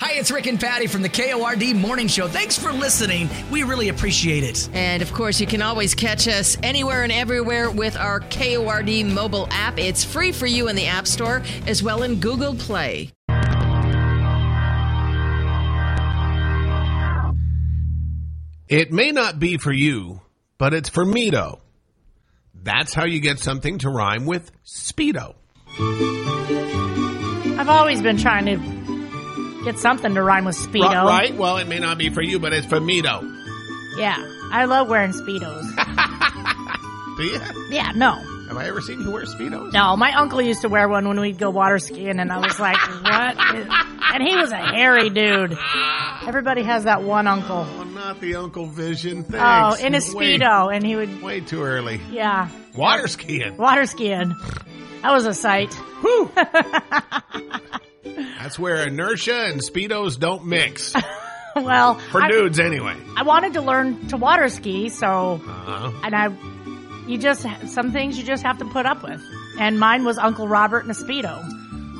Hey, it's Rick and Patty from the KORD Morning Show. Thanks for listening. We really appreciate it. And of course, you can always catch us anywhere and everywhere with our KORD mobile app. It's free for you in the App Store as well in Google Play. It may not be for you, but it's for me, though. That's how you get something to rhyme with Speedo. I've always been trying to get something to rhyme with Ri- Speedo. Right? Well, it may not be for you, but it's for me, though. Yeah. I love wearing Speedos. Do you? yeah, no. Have I ever seen you wear Speedos? No, my uncle used to wear one when we'd go water skiing, and I was like, what? is- And he was a hairy dude. Everybody has that one uncle. Oh, not the Uncle Vision. Thanks. Oh, in a Way- Speedo, and he would, Way, too early. yeah, Water skiing. water skiing. That was a sight. Whew. That's where inertia and Speedos don't mix. Well, For I, dudes, anyway. I wanted to learn to water ski, so Uh-huh. and I, you just some things you just have to put up with. And mine was Uncle Robert in a speedo.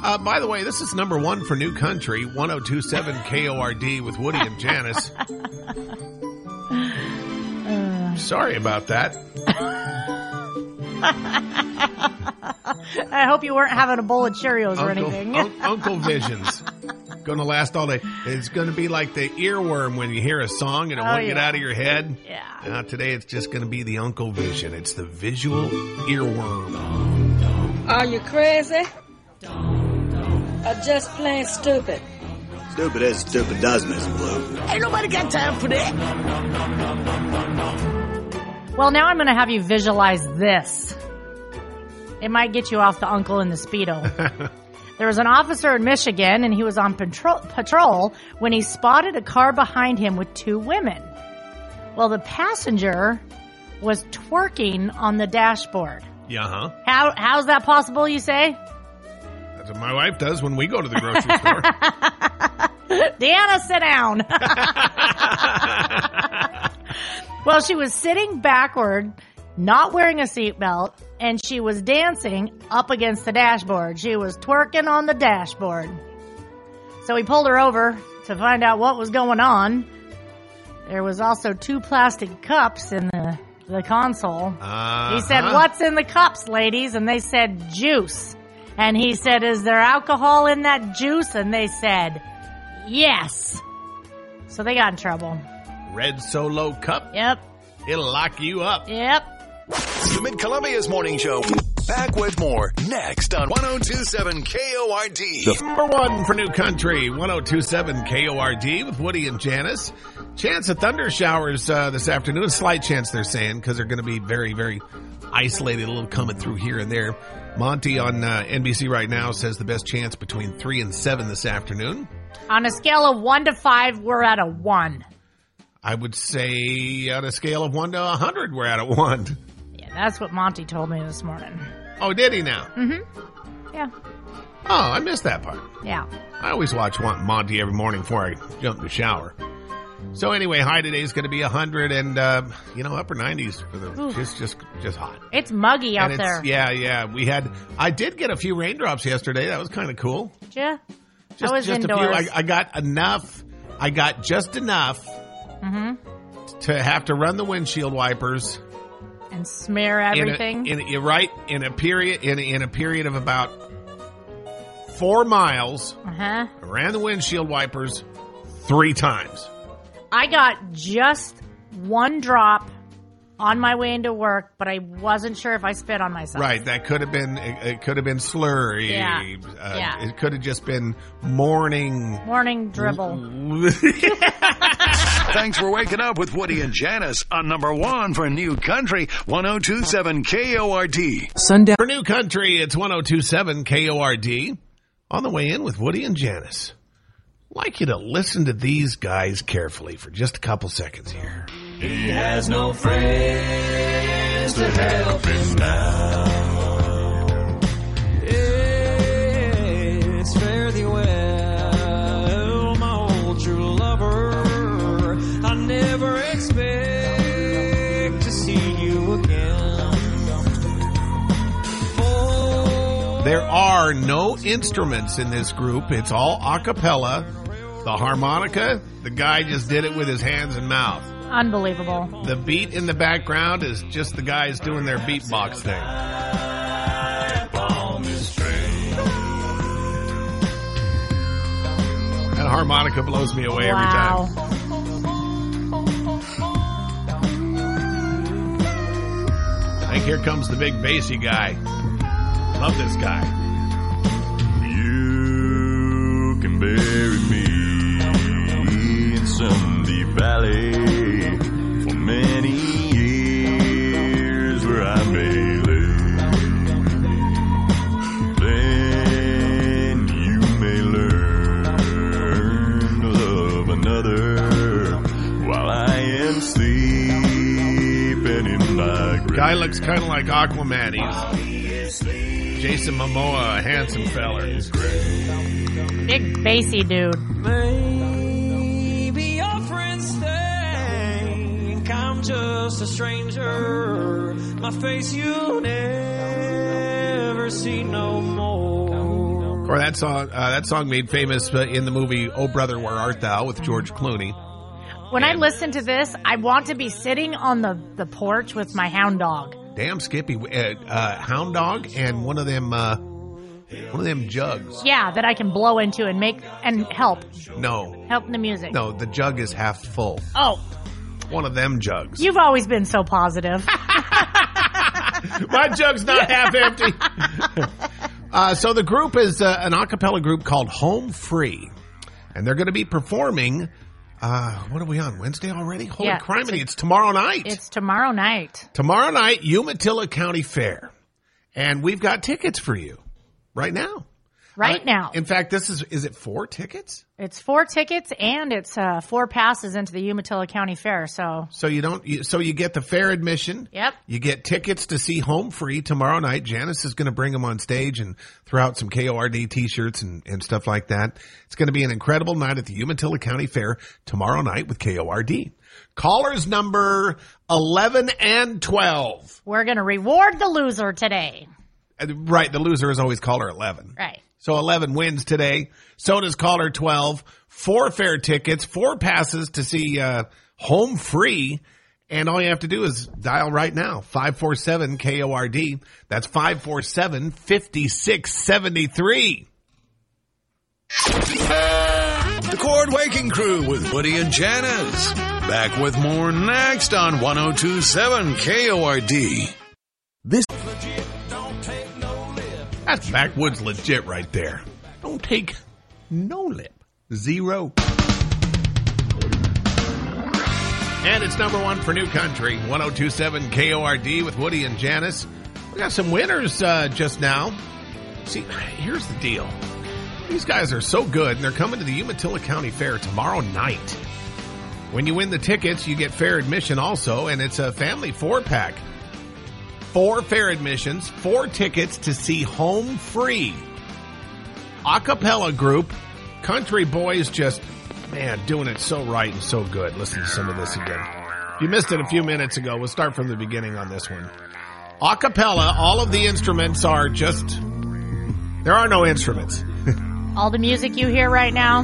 Uh, by the way, this is number one oh for New Country, 1027 KORD with Woody and Janice. Sorry about that. I hope you weren't having a bowl of Cheerios or Uncle, anything. un- Uncle Visions. Gonna last all day. It's gonna be like the earworm when you hear a song and it Oh, won't get yeah. out of your head. yeah. Now today it's just gonna be the Uncle Vision. It's the visual earworm. Are you crazy? Or just plain stupid? Stupid as stupid does, Miss Blue. Well, now I'm going to have you visualize this. It might get you off the uncle in the speedo. there was an officer in Michigan, and he was on patrol, patrol when he spotted a car behind him with two women. Well, the passenger was twerking on the dashboard. Yeah, huh? How how's that possible? You say? That's what my wife does when we go to the grocery store. Deanna, sit down. well, she was sitting backward, not wearing a seatbelt, and she was dancing up against the dashboard. She was twerking on the dashboard. So he pulled her over to find out what was going on. There was also two plastic cups in the, the console. Uh-huh. He said, What's in the cups, ladies? And they said, Juice. And he said, Is there alcohol in that juice? And they said, Yes. So they got in trouble. Red Solo Cup. Yep. It'll lock you up. Yep. The Mid Columbia's Morning Show. Back with more next on 1027 KORD. Number one oh for New Country, 1027 KORD with Woody and Janice. Chance of thunder showers uh, this afternoon. A slight chance they're saying because they're going to be very, very isolated, a little coming through here and there. Monty on uh, NBC right now says the best chance between 3 and 7 this afternoon. On a scale of one to five, we're at a one. I would say on a scale of 1 to 100, we're at a 1. Yeah, that's what Monty told me this morning. Oh, did he now? Yeah. Oh, I missed that part. Yeah. I always watch Mon- Monty every morning before I jump in the shower. So anyway, high today is going to be 100 and uh, you know upper 90s for the Oof. just just just hot. It's muggy out and there. yeah, yeah. We had I did get a few raindrops yesterday. That was kind of cool. Yeah. Just was just a indoors. few. I, I got enough. I got just enough Mm-hmm. to have to run the windshield wipers And smear in a- everything. in a, right in a period in a, in a period of about 4 miles. uh huh. I ran the windshield wipers 3 times. I got just one drop on my way into work, but I wasn't sure if I spit on myself. Right, that could have been it, it could have been slurry. Yeah. Uh, Yeah. It could have just been morning. Morning dribble. Thanks for waking up with Woody and Janice on number one for New Country 1027 KORD. For new country, it's 1027 KORD. On the way in with Woody and Janice. Like you to listen to these guys carefully for just a couple seconds here. He has no friends to help him now. It's fare thee well, my old true lover. I never expect to see you again. For There are no instruments in this group. It's all a cappella. The harmonica, the guy just did it with his hands and mouth. Unbelievable. The beat in the background is just the guys doing their beatbox thing. That harmonica blows me away every wow. time. I think here comes the big bassy guy. Love this guy. You can bury me in Sunday Valley for many years where I may live. Then you may learn to love another while I am sleeping in my grave. Guy looks kind of like Aquaman. He's Jason Momoa, a handsome feller. Big Mm. bassy dude. Maybe your friends think I'm just a stranger. My face you'll never see no more. Or that song, uh, that song made famous uh, in the movie "Oh Brother, Where Art Thou" with George Clooney. When I listen to this, I want to be sitting on the, the porch with my hound dog. Damn, Skippy, uh, uh, Hound Dog, and one of them, uh, one of them jugs. Yeah, that I can blow into and make and help. No, Help the music. no, the jug is half full. Oh, One of them jugs. you've always been so positive. My jug's not half empty. uh, so the group is uh, an a cappella group called Home Free, and they're going to be performing. Uh, what are we on Wednesday already? Holy Yeah, criminy! it's It's, a- tomorrow night. it's tomorrow night. tomorrow night, Umatilla County Fair, and we've got tickets for you right now. Uh, Right now. In fact, this is is it four tickets? It's four tickets and it's uh, four passes into the Umatilla County Fair. So So you don't. You, so you get the fair admission. Yep. You get tickets to see Home Free tomorrow night. Janice is going to bring them on stage and throw out some KORD T-shirts and and stuff like that. It's going to be an incredible night at the Umatilla County Fair tomorrow night with KORD. Callers number eleven and twelve. we're going to reward the loser today. Uh, Right, the loser is always caller eleven. Right. So 11 wins today. So does caller 12. Four fair tickets, four passes to see uh, home free. And all you have to do is dial right now 547 KORD. That's 547 5673. The Cord Waking Crew with Woody and Janice. Back with more next on 1027 KORD. That's backwoods legit right there. Don't take no lip. Zero. And it's number one oh for New Country, 1027 KORD with Woody and Janice. We got some winners uh, just now. See, here's the deal. These guys are so good, and they're coming to the Umatilla County Fair tomorrow night. When you win the tickets, you get fair admission also, and it's a family four pack four fair admissions, four tickets to see Home Free. A cappella group, Country Boys just, man, doing it so right and so good. Listen to some of this again. If you missed it a few minutes ago, we'll start from the beginning on this one. A cappella, all of the instruments are just, there are no instruments. All the music you hear right now,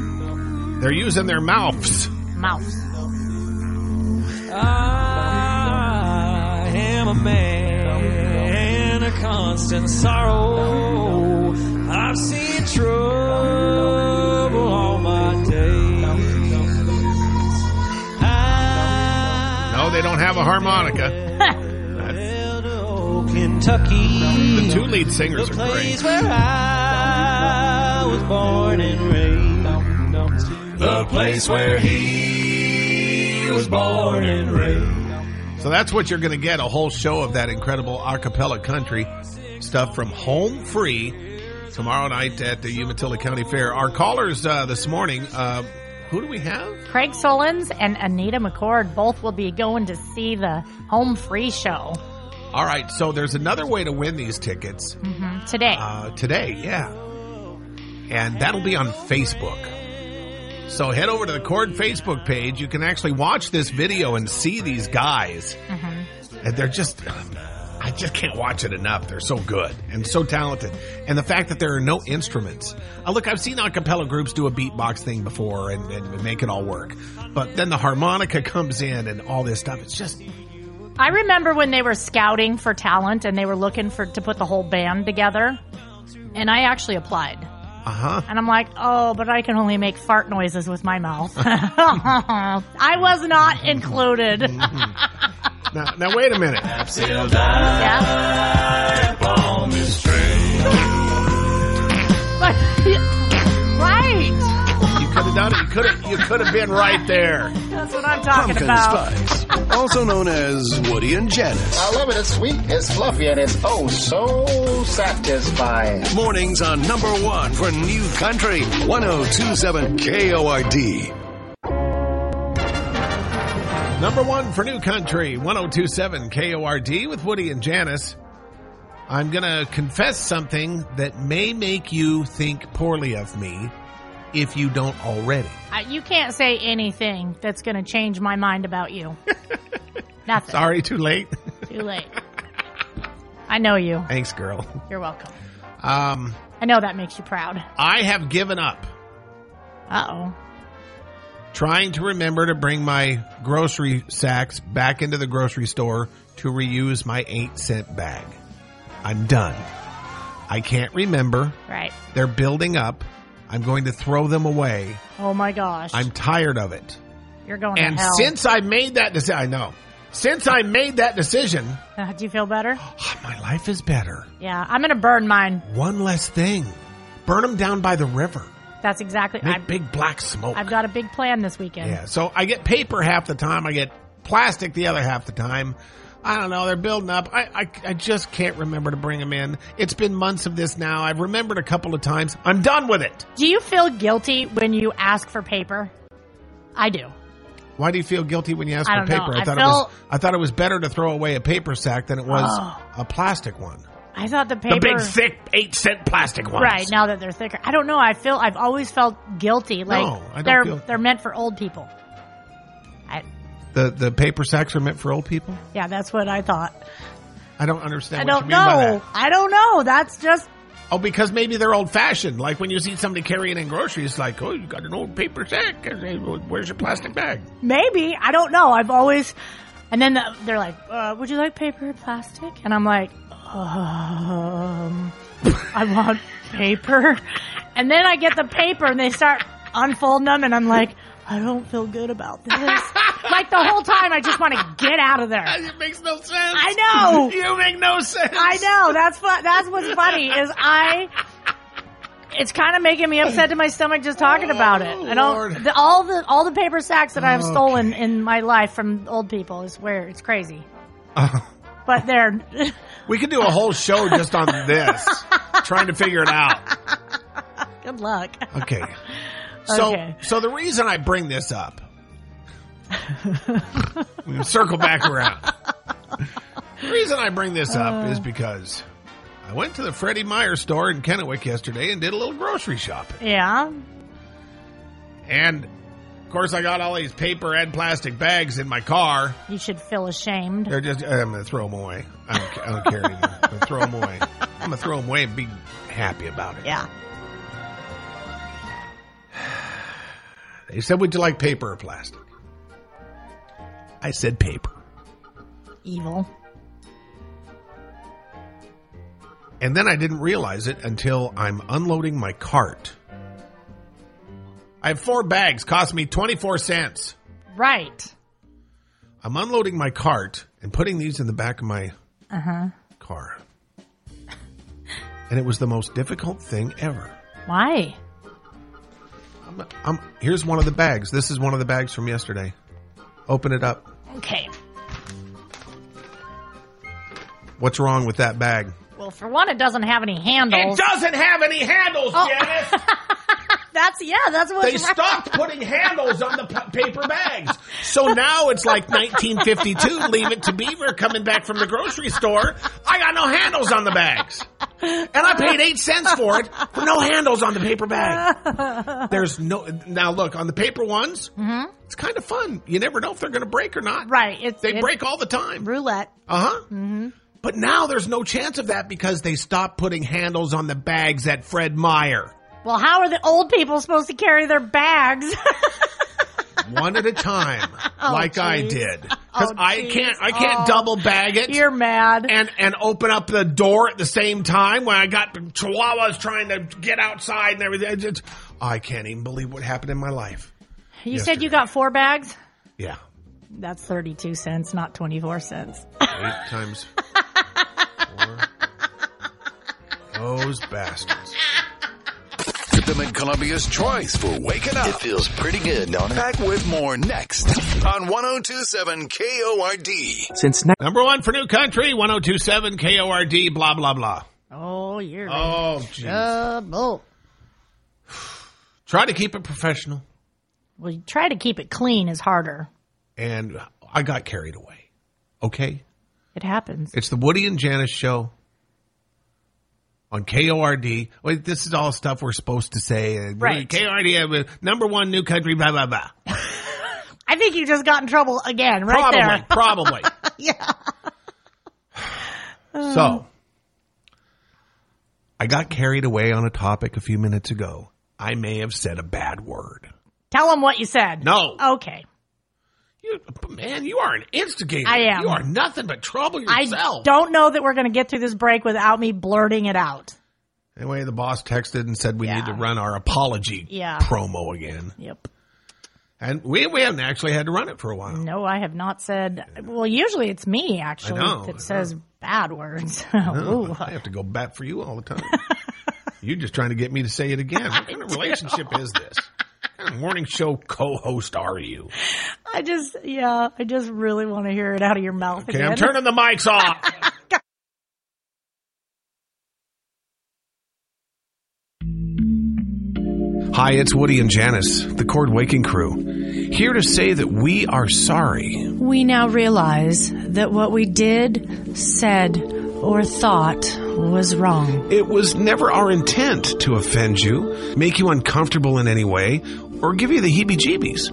They're using their mouths. mouse. I am a man, a constant sorrow. I've seen trouble all my days. I No, they don't have a harmonica. live in Kentucky. The two lead singers the are place great. where I was born and raised. The place where he was born and raised. So that's what you're going to get a whole show of that incredible a cappella country stuff from Home Free tomorrow night at the Umatilla County Fair. Our callers uh, this morning, uh, who do we have? Craig Solins and Anita McCord both will be going to see the Home Free Show All right, so there's another way to win these tickets today. uh, today, yeah. And that'll be on Facebook. So head over to the Cord Facebook page. You can actually watch this video and see these guys. And they're just um, I just can't watch it enough. They're so good and so talented. And the fact that there are no instruments. Uh, look, I've seen a cappella groups do a beatbox thing before and, and make it all work. But then the harmonica comes in and all this stuff. It's just, I remember when they were scouting for talent and they were looking for to put the whole band together, and I actually applied. uh huh. And I'm like, oh, but I can only make fart noises with my mouth. I was not included. Now, now, wait a minute. yeah. But- right. You could have done it. You could have, you could have been right there. That's what I'm talking Pumpkin about. Spice, also known as Woody and Janice. I love it. It's sweet, it's fluffy, and it's oh so satisfying. Mornings on number one for New Country 1027 KORD. Number one oh for New Country, 1027 KORD with Woody and Janice. I'm going to confess something that may make you think poorly of me if you don't already. I, you can't say anything that's going to change my mind about you. Nothing. Sorry, too late. Too late. I know you. Thanks, girl. You're welcome. Um, I know that makes you proud. I have given up Uh oh. trying to remember to bring my grocery sacks back into the grocery store to reuse my eight cent bag. I'm done. I can't remember. Right. They're building up. I'm going to throw them away. Oh my gosh. I'm tired of it. You're going And to hell. since I made that decision, I know. Since I made that decision, ah, Uh, do you feel better? my life is better. Yeah. I'm going to burn mine. One less thing. Burn them down by the river. That's exactly. Make I've, big black smoke. I've got a big plan this weekend. yeah. So I get paper half the time. I get plastic the other half the time. I don't know. They're building up. I, I, I just can't remember to bring them in. It's been months of this now. I've remembered a couple of times. I'm done with it. Do you feel guilty when you ask for paper? I do. Why do you feel guilty when you ask I for don't know. paper? I thought it feel- was I thought it was better to throw away a paper sack than it was Oh. a plastic one. I thought the paper. thick eight cent plastic ones. Right now that they're thicker, I don't know. I feel I've always felt guilty. Like I don't they're feel- they're meant for old people. I, The the paper sacks are meant for old people. yeah, that's what I thought. I don't understand. I what don't you mean by know. I don't know. That's just that. Oh, because maybe they're old fashioned. Like when you see somebody carrying in groceries, like oh, you got an old paper sack. Where's your plastic bag? maybe. I don't know. I've always. And then the, they're like, uh, "Would you like paper or plastic?" And I'm like, um, "I want paper." And then I get the paper, and they start unfolding them, and I'm like, "I don't feel good about this." like the whole time, I just want to get out of there. It makes no sense. I I know. You make no sense. I know. That's fu- that's what's funny is I. It's kind of making me upset to my stomach just talking about it. I Oh, Lord. don't the, all the all the paper sacks that I've stolen in my life from old people is where it's crazy. But they're We could do a whole show just on this, trying to figure it out. good luck. Okay. So Okay. so the reason I bring this up we can circle back around. The reason I bring this up Uh. is because I went to the Freddie Meyer store in Kennewick yesterday and did a little grocery shopping. Yeah. And of course I got all these paper and plastic bags in my car. You should feel ashamed. They're just I'm going to throw them away. I don't, ca- I don't care anymore. I'm going to throw them away. I'm going to throw them away and be happy about it. Yeah. They said, "Would you like paper or plastic?" I said paper. Evil. And then I didn't realize it until I'm unloading my cart. I have four bags, cost me 24 cents. Right. I'm unloading my cart and putting these in the back of my car. And it was the most difficult thing ever. Why? I'm, I'm, here's one of the bags. This is one of the bags from yesterday. Open it up. Okay. What's wrong with that bag? Well, for one, it doesn't have any handles. doesn't have any handles, Oh. Janice. That's yeah. That's what they stopped putting handles on the p- paper bags. So now it's like 1952. Leave it to Beaver coming back from the grocery store. I got no handles on the bags, and I paid eight cents for it for no handles on the paper bag. There's no now. Look on the paper ones. It's kind of fun. You never know if they're going to break or not. Right. It's They it's break all the time. roulette. Uh huh. Mm-hmm. But now there's no chance of that because they stopped putting handles on the bags at Fred Meyer. Well, how are the old people supposed to carry their bags? One at a time, like I geez. did, because Oh, I geez. can't, I can't Oh. double bag it. You're mad. and and open up the door at the same time when I got chihuahuas trying to get outside and everything. I, just- I can't even believe what happened in my life. you said you got four bags? Yeah, That's 32 cents, not 24 cents. eight times four. Those bastards. Tip them in Columbia's choice for waking up. It feels pretty good, don't it? Back with more next on 1027 KORD. Since now, Number one oh for New Country, 1027 KORD, blah, blah, blah. Oh, you're Oh, jeez. double. Try to keep it professional. Well, you try to keep it clean is harder. And I got carried away. Okay? It happens. It's the Woody and Janice show on KORD. Wait, this is all stuff we're supposed to say. And Right. KORD, uh, number one new country, blah, blah, blah. I think you just got in trouble again, right probably, there. probably. yeah. so, I got carried away on a topic a few minutes ago. I may have said a bad word. Tell them what you said. No. Okay. You, man, you are an instigator. I am. You are nothing but trouble I yourself. don't know that we're going to get through this break without me blurting it out. Anyway, the boss texted and said we Yeah. need to run our apology Yeah. promo again. Yep. And we, we haven't actually had to run it for a while. No, I have not said. Well, usually it's me actually I know, I that says know. bad words. No, Ooh. I have to go bat for you all the time. You're just trying to get me to say it again. What kind of relationship is this? What kind of morning show co-host are you? I just, yeah, I just really want to hear it out of your mouth Okay, again. I'm turning the mics off. Hi, it's Woody and Janice, the Cord Waking Crew, here to say that we are sorry. We now realize that what we did, said, or thought was wrong. It was never our intent to offend you, make you uncomfortable in any way, or give you the heebie jeebies.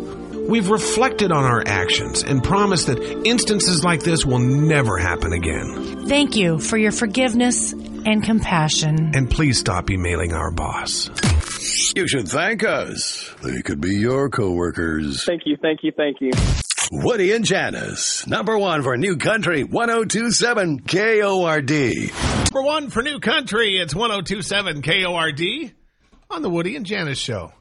We've reflected on our actions and promised that instances like this will never happen again. Thank you for your forgiveness and compassion. And please stop emailing our boss. You should thank us. They could be your coworkers. Thank you, thank you, thank you. Woody and Janice, number one for New Country 1027 KORD. Number one for New Country, it's 1027 KORD on the Woody and Janice Show.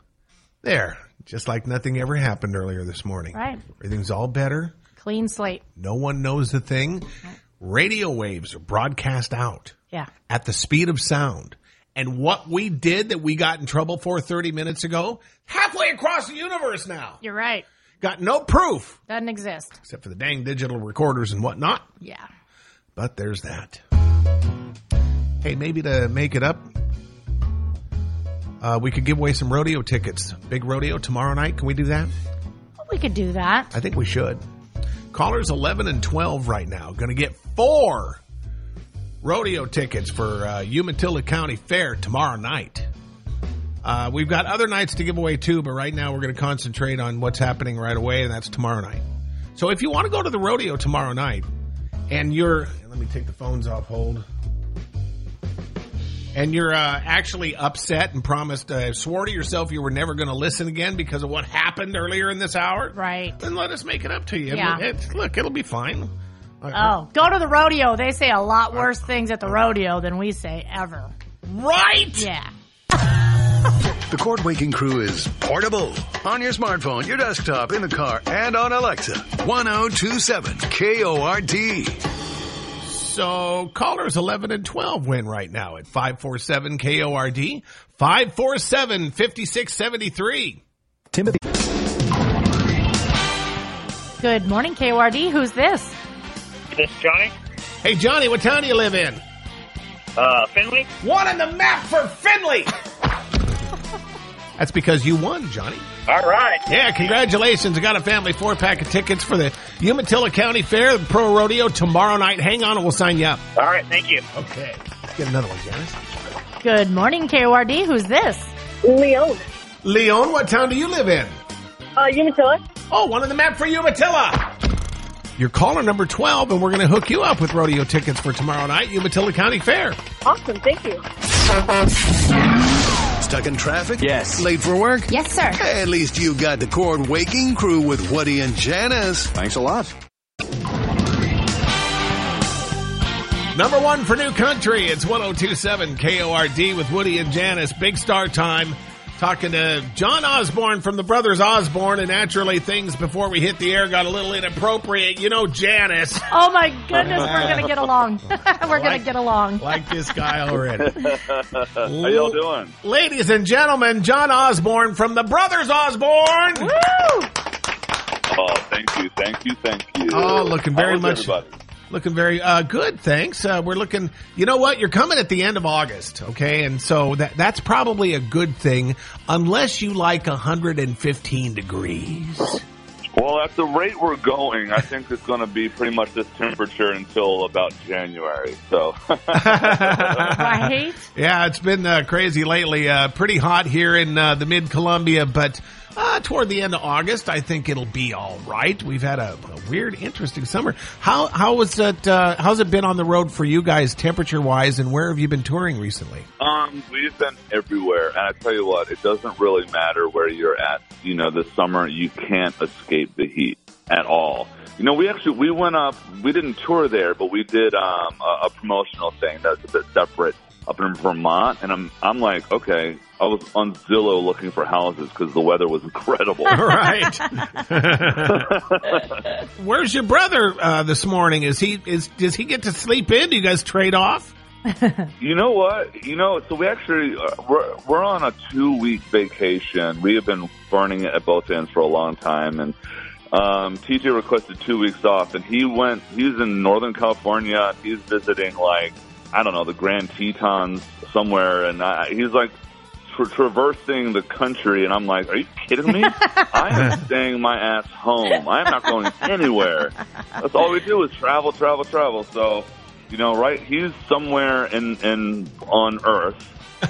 There, just like nothing ever happened earlier this morning. Right. Everything's all better. Clean slate. No one knows the thing. Radio waves are broadcast out Yeah. at the speed of sound. And what we did that we got in trouble for 30 minutes ago, halfway across the universe now. You're right. Got no proof, Doesn't exist. except for the dang digital recorders and whatnot. Yeah. But there's that. Hey, maybe to make it up, uh, we could give away some rodeo tickets. Big rodeo tomorrow night. Can we do that? Well, we could do that. I think we should. Callers 11 and 12 right now going to get four rodeo tickets for uh, Umatilla County Fair tomorrow night. Uh, we've got other nights to give away too, but right now we're going to concentrate on what's happening right away, and that's tomorrow night. So if you want to go to the rodeo tomorrow night, and you're let me take the phones off hold, and you're uh, actually upset and promised, uh, swore to yourself you were never going to listen again because of what happened earlier in this hour, Right. then let us make it up to you. Yeah. It's- look, it'll be fine. Uh, Oh, go to the rodeo. They say a lot worse things at the rodeo than we say ever. Right? Yeah. The Cord Waking Crew is portable on your smartphone, your desktop, in the car, and on Alexa. 1027 KORD. So callers 11 and 12 win right now at 547 KORD, 547 5673. Timothy. Good morning, KYD. Who's this? This is Johnny. Hey, Johnny, what town do you live in? Uh, Finley. One on the map for Finley. That's because you won, Johnny. All right. Yeah, congratulations. I got a family four pack of tickets for the Umatilla County Fair, the Pro Rodeo, tomorrow night. Hang on and we'll sign you up. All right. Thank you. Okay. Let's get another one, Janice. Good morning, KYD. Who's this? Leon. Leon, what town do you live in? Uh, Umatilla. Oh, one on the map for Umatilla. You're caller number 12, and we're going to hook you up with rodeo tickets for tomorrow night, Umatilla County Fair. Awesome. Thank you. Stuck in traffic? Yes. Late for work? Yes, sir. At least you got the Cord Waking Crew with Woody and Janice. Thanks a lot. Number one for New Country, it's 1027 KORD with Woody and Janice. Big star time. Talking to John Osborne from the Brothers Osborne, and naturally, things before we hit the air got a little inappropriate. You know, Janice. Oh my goodness, we're gonna get along. we're gonna get along. Like this guy already. How y'all doing? Ladies and gentlemen, John Osborne from the Brothers Osborne. Woo! Oh, thank you, thank you, thank you. Oh, looking very How is much- Looking very uh, good, thanks. Uh, we're looking. You know what? You're coming at the end of August, okay? And so that that's probably a good thing, unless you like 115 degrees. Well, at the rate we're going, I think it's going to be pretty much this temperature until about January. So, right? Yeah, it's been uh, crazy lately. Uh, pretty hot here in uh, the mid Columbia, but uh, toward the end of August, I think it'll be all right. We've had a, a weird, interesting summer. How how was it? Uh, how's it been on the road for you guys, temperature wise, and where have you been touring recently? um, we've been everywhere, and I tell you what, it doesn't really matter where you're at. You know, this summer you can't escape the heat at all. You know, we actually we went up. We didn't tour there, but we did um, a, a promotional thing that's a bit separate up in Vermont. And I'm I'm like, okay, I was on Zillow looking for houses because the weather was incredible. right. Where's your brother uh, this morning? Is he is does he get to sleep in? Do you guys trade off? You know what? You know, so we actually uh, we're we're on a two week vacation. We have been burning it at both ends for a long time, and um, TJ requested two weeks off, and he went. He's in Northern California. He's visiting like I don't know the Grand Tetons somewhere, and I, he's like tra- traversing the country. And I'm like, are you kidding me? I am staying my ass home. I am not going anywhere. That's all we do is travel, travel, travel. So, you know, right? He's somewhere in, in on Earth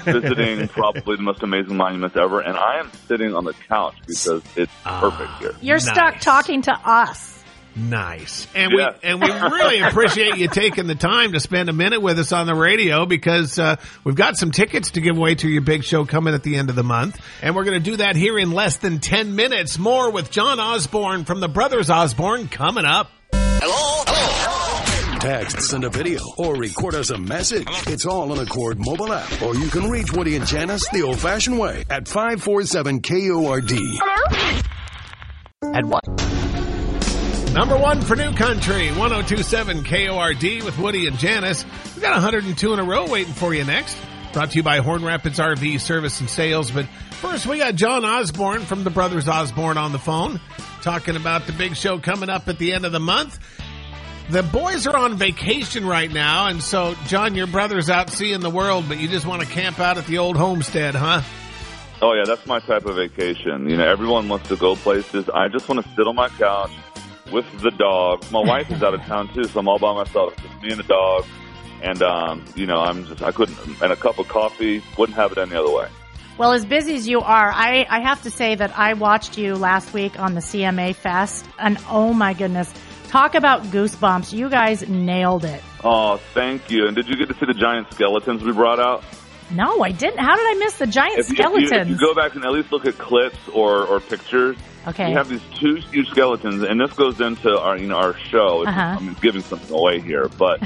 visiting probably the most amazing monuments ever, and I am sitting on the couch because it's perfect here. You're stuck talking to us. Nice. And we and we really appreciate you taking the time to spend a minute with us on the radio because uh, we've got some tickets to give away to your big show coming at the end of the month, and we're going to do that here in less than ten minutes. More with John Osborne from the Brothers Osborne coming up. Text, send a video, or record us a message. It's all on the Cord mobile app, or you can reach Woody and Janice the old fashioned way at 547 KORD. At what? Number one for New Country, 1027 KORD with Woody and Janice. We've got 102 in a row waiting for you next. Brought to you by Horn Rapids RV Service and Sales. But first, we got John Osborne from the Brothers Osborne on the phone talking about the big show coming up at the end of the month. The boys are on vacation right now, and so, John, your brother's out seeing the world, but you just want to camp out at the old homestead, huh? Oh yeah, that's my type of vacation. You know, everyone wants to go places. I just want to sit on my couch with the dog. My wife is out of town too, so I'm all by myself, just me and the dog. And um, you know, I'm just I couldn't and a cup of coffee wouldn't have it any other way. Well, as busy as you are, I, I have to say that I watched you last week on the CMA Fest, and oh my goodness, talk about goosebumps. You guys nailed it. Oh, thank you. And did you get to see the giant skeletons we brought out? No, I didn't. How did I miss the giant If you- if you- If you, skeletons? go back and at least look at clips or, or pictures, Okay. you have these two huge skeletons, and this goes into our you know our show. It's- Uh-huh. I'm giving something away here, but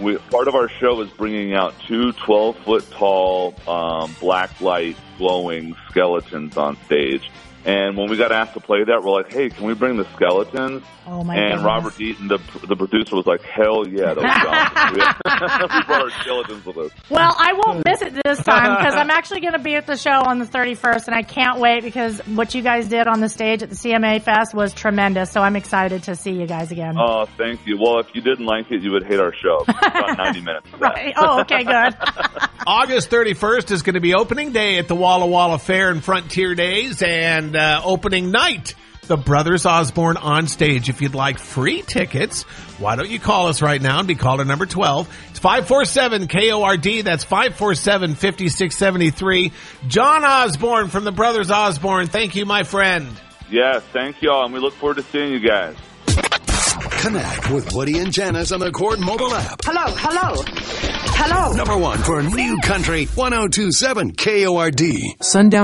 we, part of our show is bringing out two 12 foot tall um, black light glowing skeletons on stage. And when we got asked to play that, we're like, "Hey, can we bring the skeletons?" Oh my and goodness. Robert Eaton, the the producer, was like, "Hell yeah, those skeletons! we we brought our skeletons with us." Well, I won't miss it this time because I'm actually going to be at the show on the 31st, and I can't wait because what you guys did on the stage at the CMA Fest was tremendous. So I'm excited to see you guys again. Oh, thank you. Well, if you didn't like it, you would hate our show. About 90 minutes. of that. Right. Oh, okay, good. August 31st is going to be opening day at the Walla Walla Fair and Frontier Days and uh, opening night. The Brothers Osborne on stage. If you'd like free tickets, why don't you call us right now and be caller number 12. It's 547 KORD. That's 547 5673. John Osborne from the Brothers Osborne. Thank you, my friend. Yes, thank y'all, and we look forward to seeing you guys. Connect with Woody and Janice on the Court mobile app. Hello, hello, hello. oh Number one for New Country 1027 KORD. Sundown.